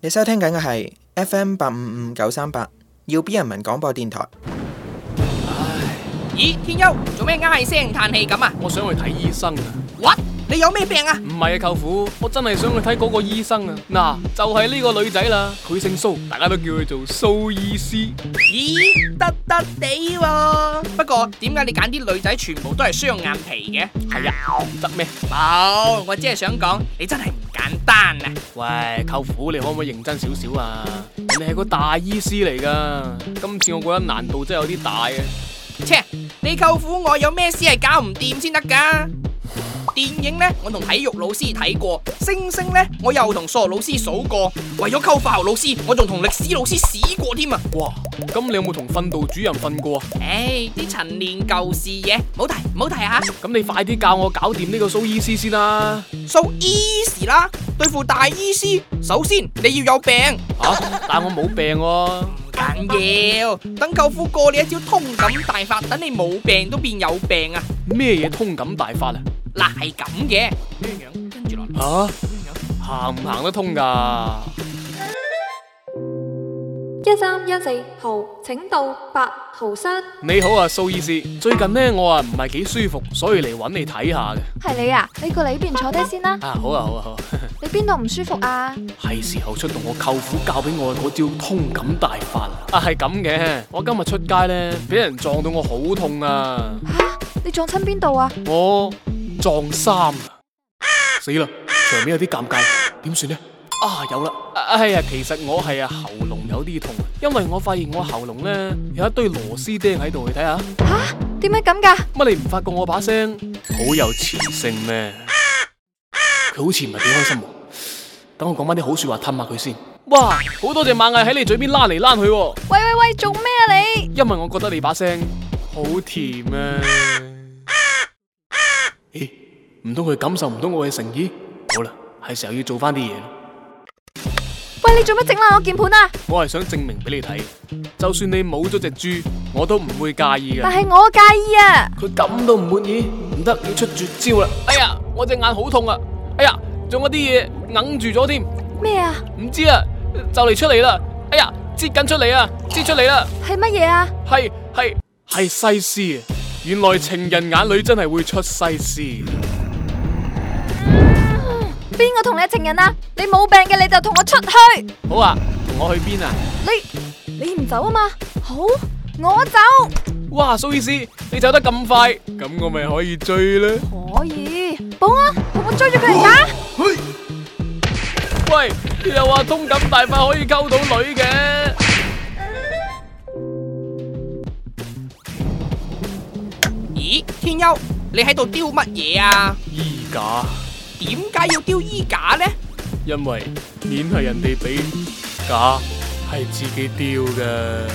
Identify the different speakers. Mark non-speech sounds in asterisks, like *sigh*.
Speaker 1: 你收聽緊嘅係 FM 八五五九三八，耀 B 人民廣播電台。
Speaker 2: 咦，天優做咩唉聲嘆氣咁啊？
Speaker 3: 我想去睇醫生啊！
Speaker 2: what 你有咩病啊？
Speaker 3: 唔係啊，舅父，我真係想去睇嗰個醫生啊！嗱，就係、呢個女仔啦，佢姓蘇，大家都叫佢做蘇醫師。
Speaker 2: 咦，得得地喎。不過點解你揀啲女仔全部都係雙眼皮嘅？
Speaker 3: 係啊，得咩？
Speaker 2: 冇，我只係想講你真係唔簡單啊！
Speaker 3: 喂，舅父，你可唔可以認真少少啊？你係個大醫師嚟噶，今次我覺得難度真係有啲大啊！
Speaker 2: 切，你舅父我有咩事係搞唔掂先得噶？電影呢，我同體育老師睇過；星星呢，我又同數學老師數過。為咗溝化學老師，我仲同歷史老師屎過添啊！
Speaker 3: 哇，咁你有冇同訓導主任瞓過啊？
Speaker 2: 唉，啲陳年舊事嘢，唔好提，唔好提啊吓。
Speaker 3: 咁你快啲教我搞掂呢個蘇醫師先啦！
Speaker 2: So easy 啦，對付大醫師，首先你要有病，
Speaker 3: 吓、啊但我冇病喎、
Speaker 2: 唔緊要，等舅父過你一招通感大法，等你冇病都變有病啊！
Speaker 3: 咩嘢通感大法啊？
Speaker 2: 嗱係咁嘅，咁樣樣跟住落嚟，
Speaker 3: 吓、行唔行得通噶？
Speaker 4: 一三一四號，請到八號室。
Speaker 3: 你好啊，蘇醫師。最近呢，我啊唔係幾舒服，所以嚟揾你睇下嘅。
Speaker 5: 係你啊？你過嚟呢邊坐低先啦。
Speaker 3: 啊，好啊，好啊，好啊。
Speaker 5: 你邊度唔舒服啊？
Speaker 3: 係時候出動我舅父教俾我嗰招通感大法啦。啊，係咁嘅。我今日出街呢，俾人撞到我好痛啊！
Speaker 5: 吓，你撞親邊度啊？
Speaker 3: 我撞衫啊！死啦，場面有啲尷尬，點算呢？啊，有啦！啊哎呀，其實我係啊喉嚨有啲痛，啊因為我發現我喉嚨呢有一堆螺絲釘喺度，你睇下。
Speaker 5: 吓，點解咁噶？
Speaker 3: 乜你唔發覺我把聲好有磁性咩？佢好似唔係幾開心喎。等我講翻啲好說話氹下佢先。哇，好多隻螞蟻喺你嘴邊拉嚟拉去喎，
Speaker 5: 喂喂喂，做咩啊你？
Speaker 3: 因為我覺得你把聲好甜啊。 *laughs* 咦，唔通佢感受唔到我嘅誠意？好啦，係時候要做翻啲嘢啦。
Speaker 5: 喂，你做乜整爛我鍵盤啊？
Speaker 3: 我係想證明俾你睇，就算你冇咗隻豬，我都唔會介意嘅
Speaker 5: 但。係我介意啊。
Speaker 3: 佢咁都唔滿意，唔得，要出絕招啦！哎呀，我隻眼好痛啊！哎呀，仲有啲嘢硬住咗添，
Speaker 5: 咩啊？
Speaker 3: 唔知啊，就嚟出嚟啦！哎呀，擠緊出嚟啊，擠出嚟啦！
Speaker 5: 係乜嘢啊？
Speaker 3: 係係係西施啊！原來情人眼裏真係會出西施。
Speaker 5: 邊個同你係情人啊？你冇病嘅你就同我出去。
Speaker 3: 好啊，同我去邊啊？
Speaker 5: 你你唔走啊嘛？好，我走。
Speaker 3: 哇，蘇醫師，你走得咁快，咁我咪可以追啦！
Speaker 5: 可以，保安，同我追住佢嚟打。
Speaker 3: 喂，你又話通感大法可以溝到女嘅？
Speaker 2: 咦，天優，你喺度丟乜嘢啊？
Speaker 3: 衣架，
Speaker 2: 點解要丟衣架呢？
Speaker 3: 因為面係人哋俾，架係自己丟噶。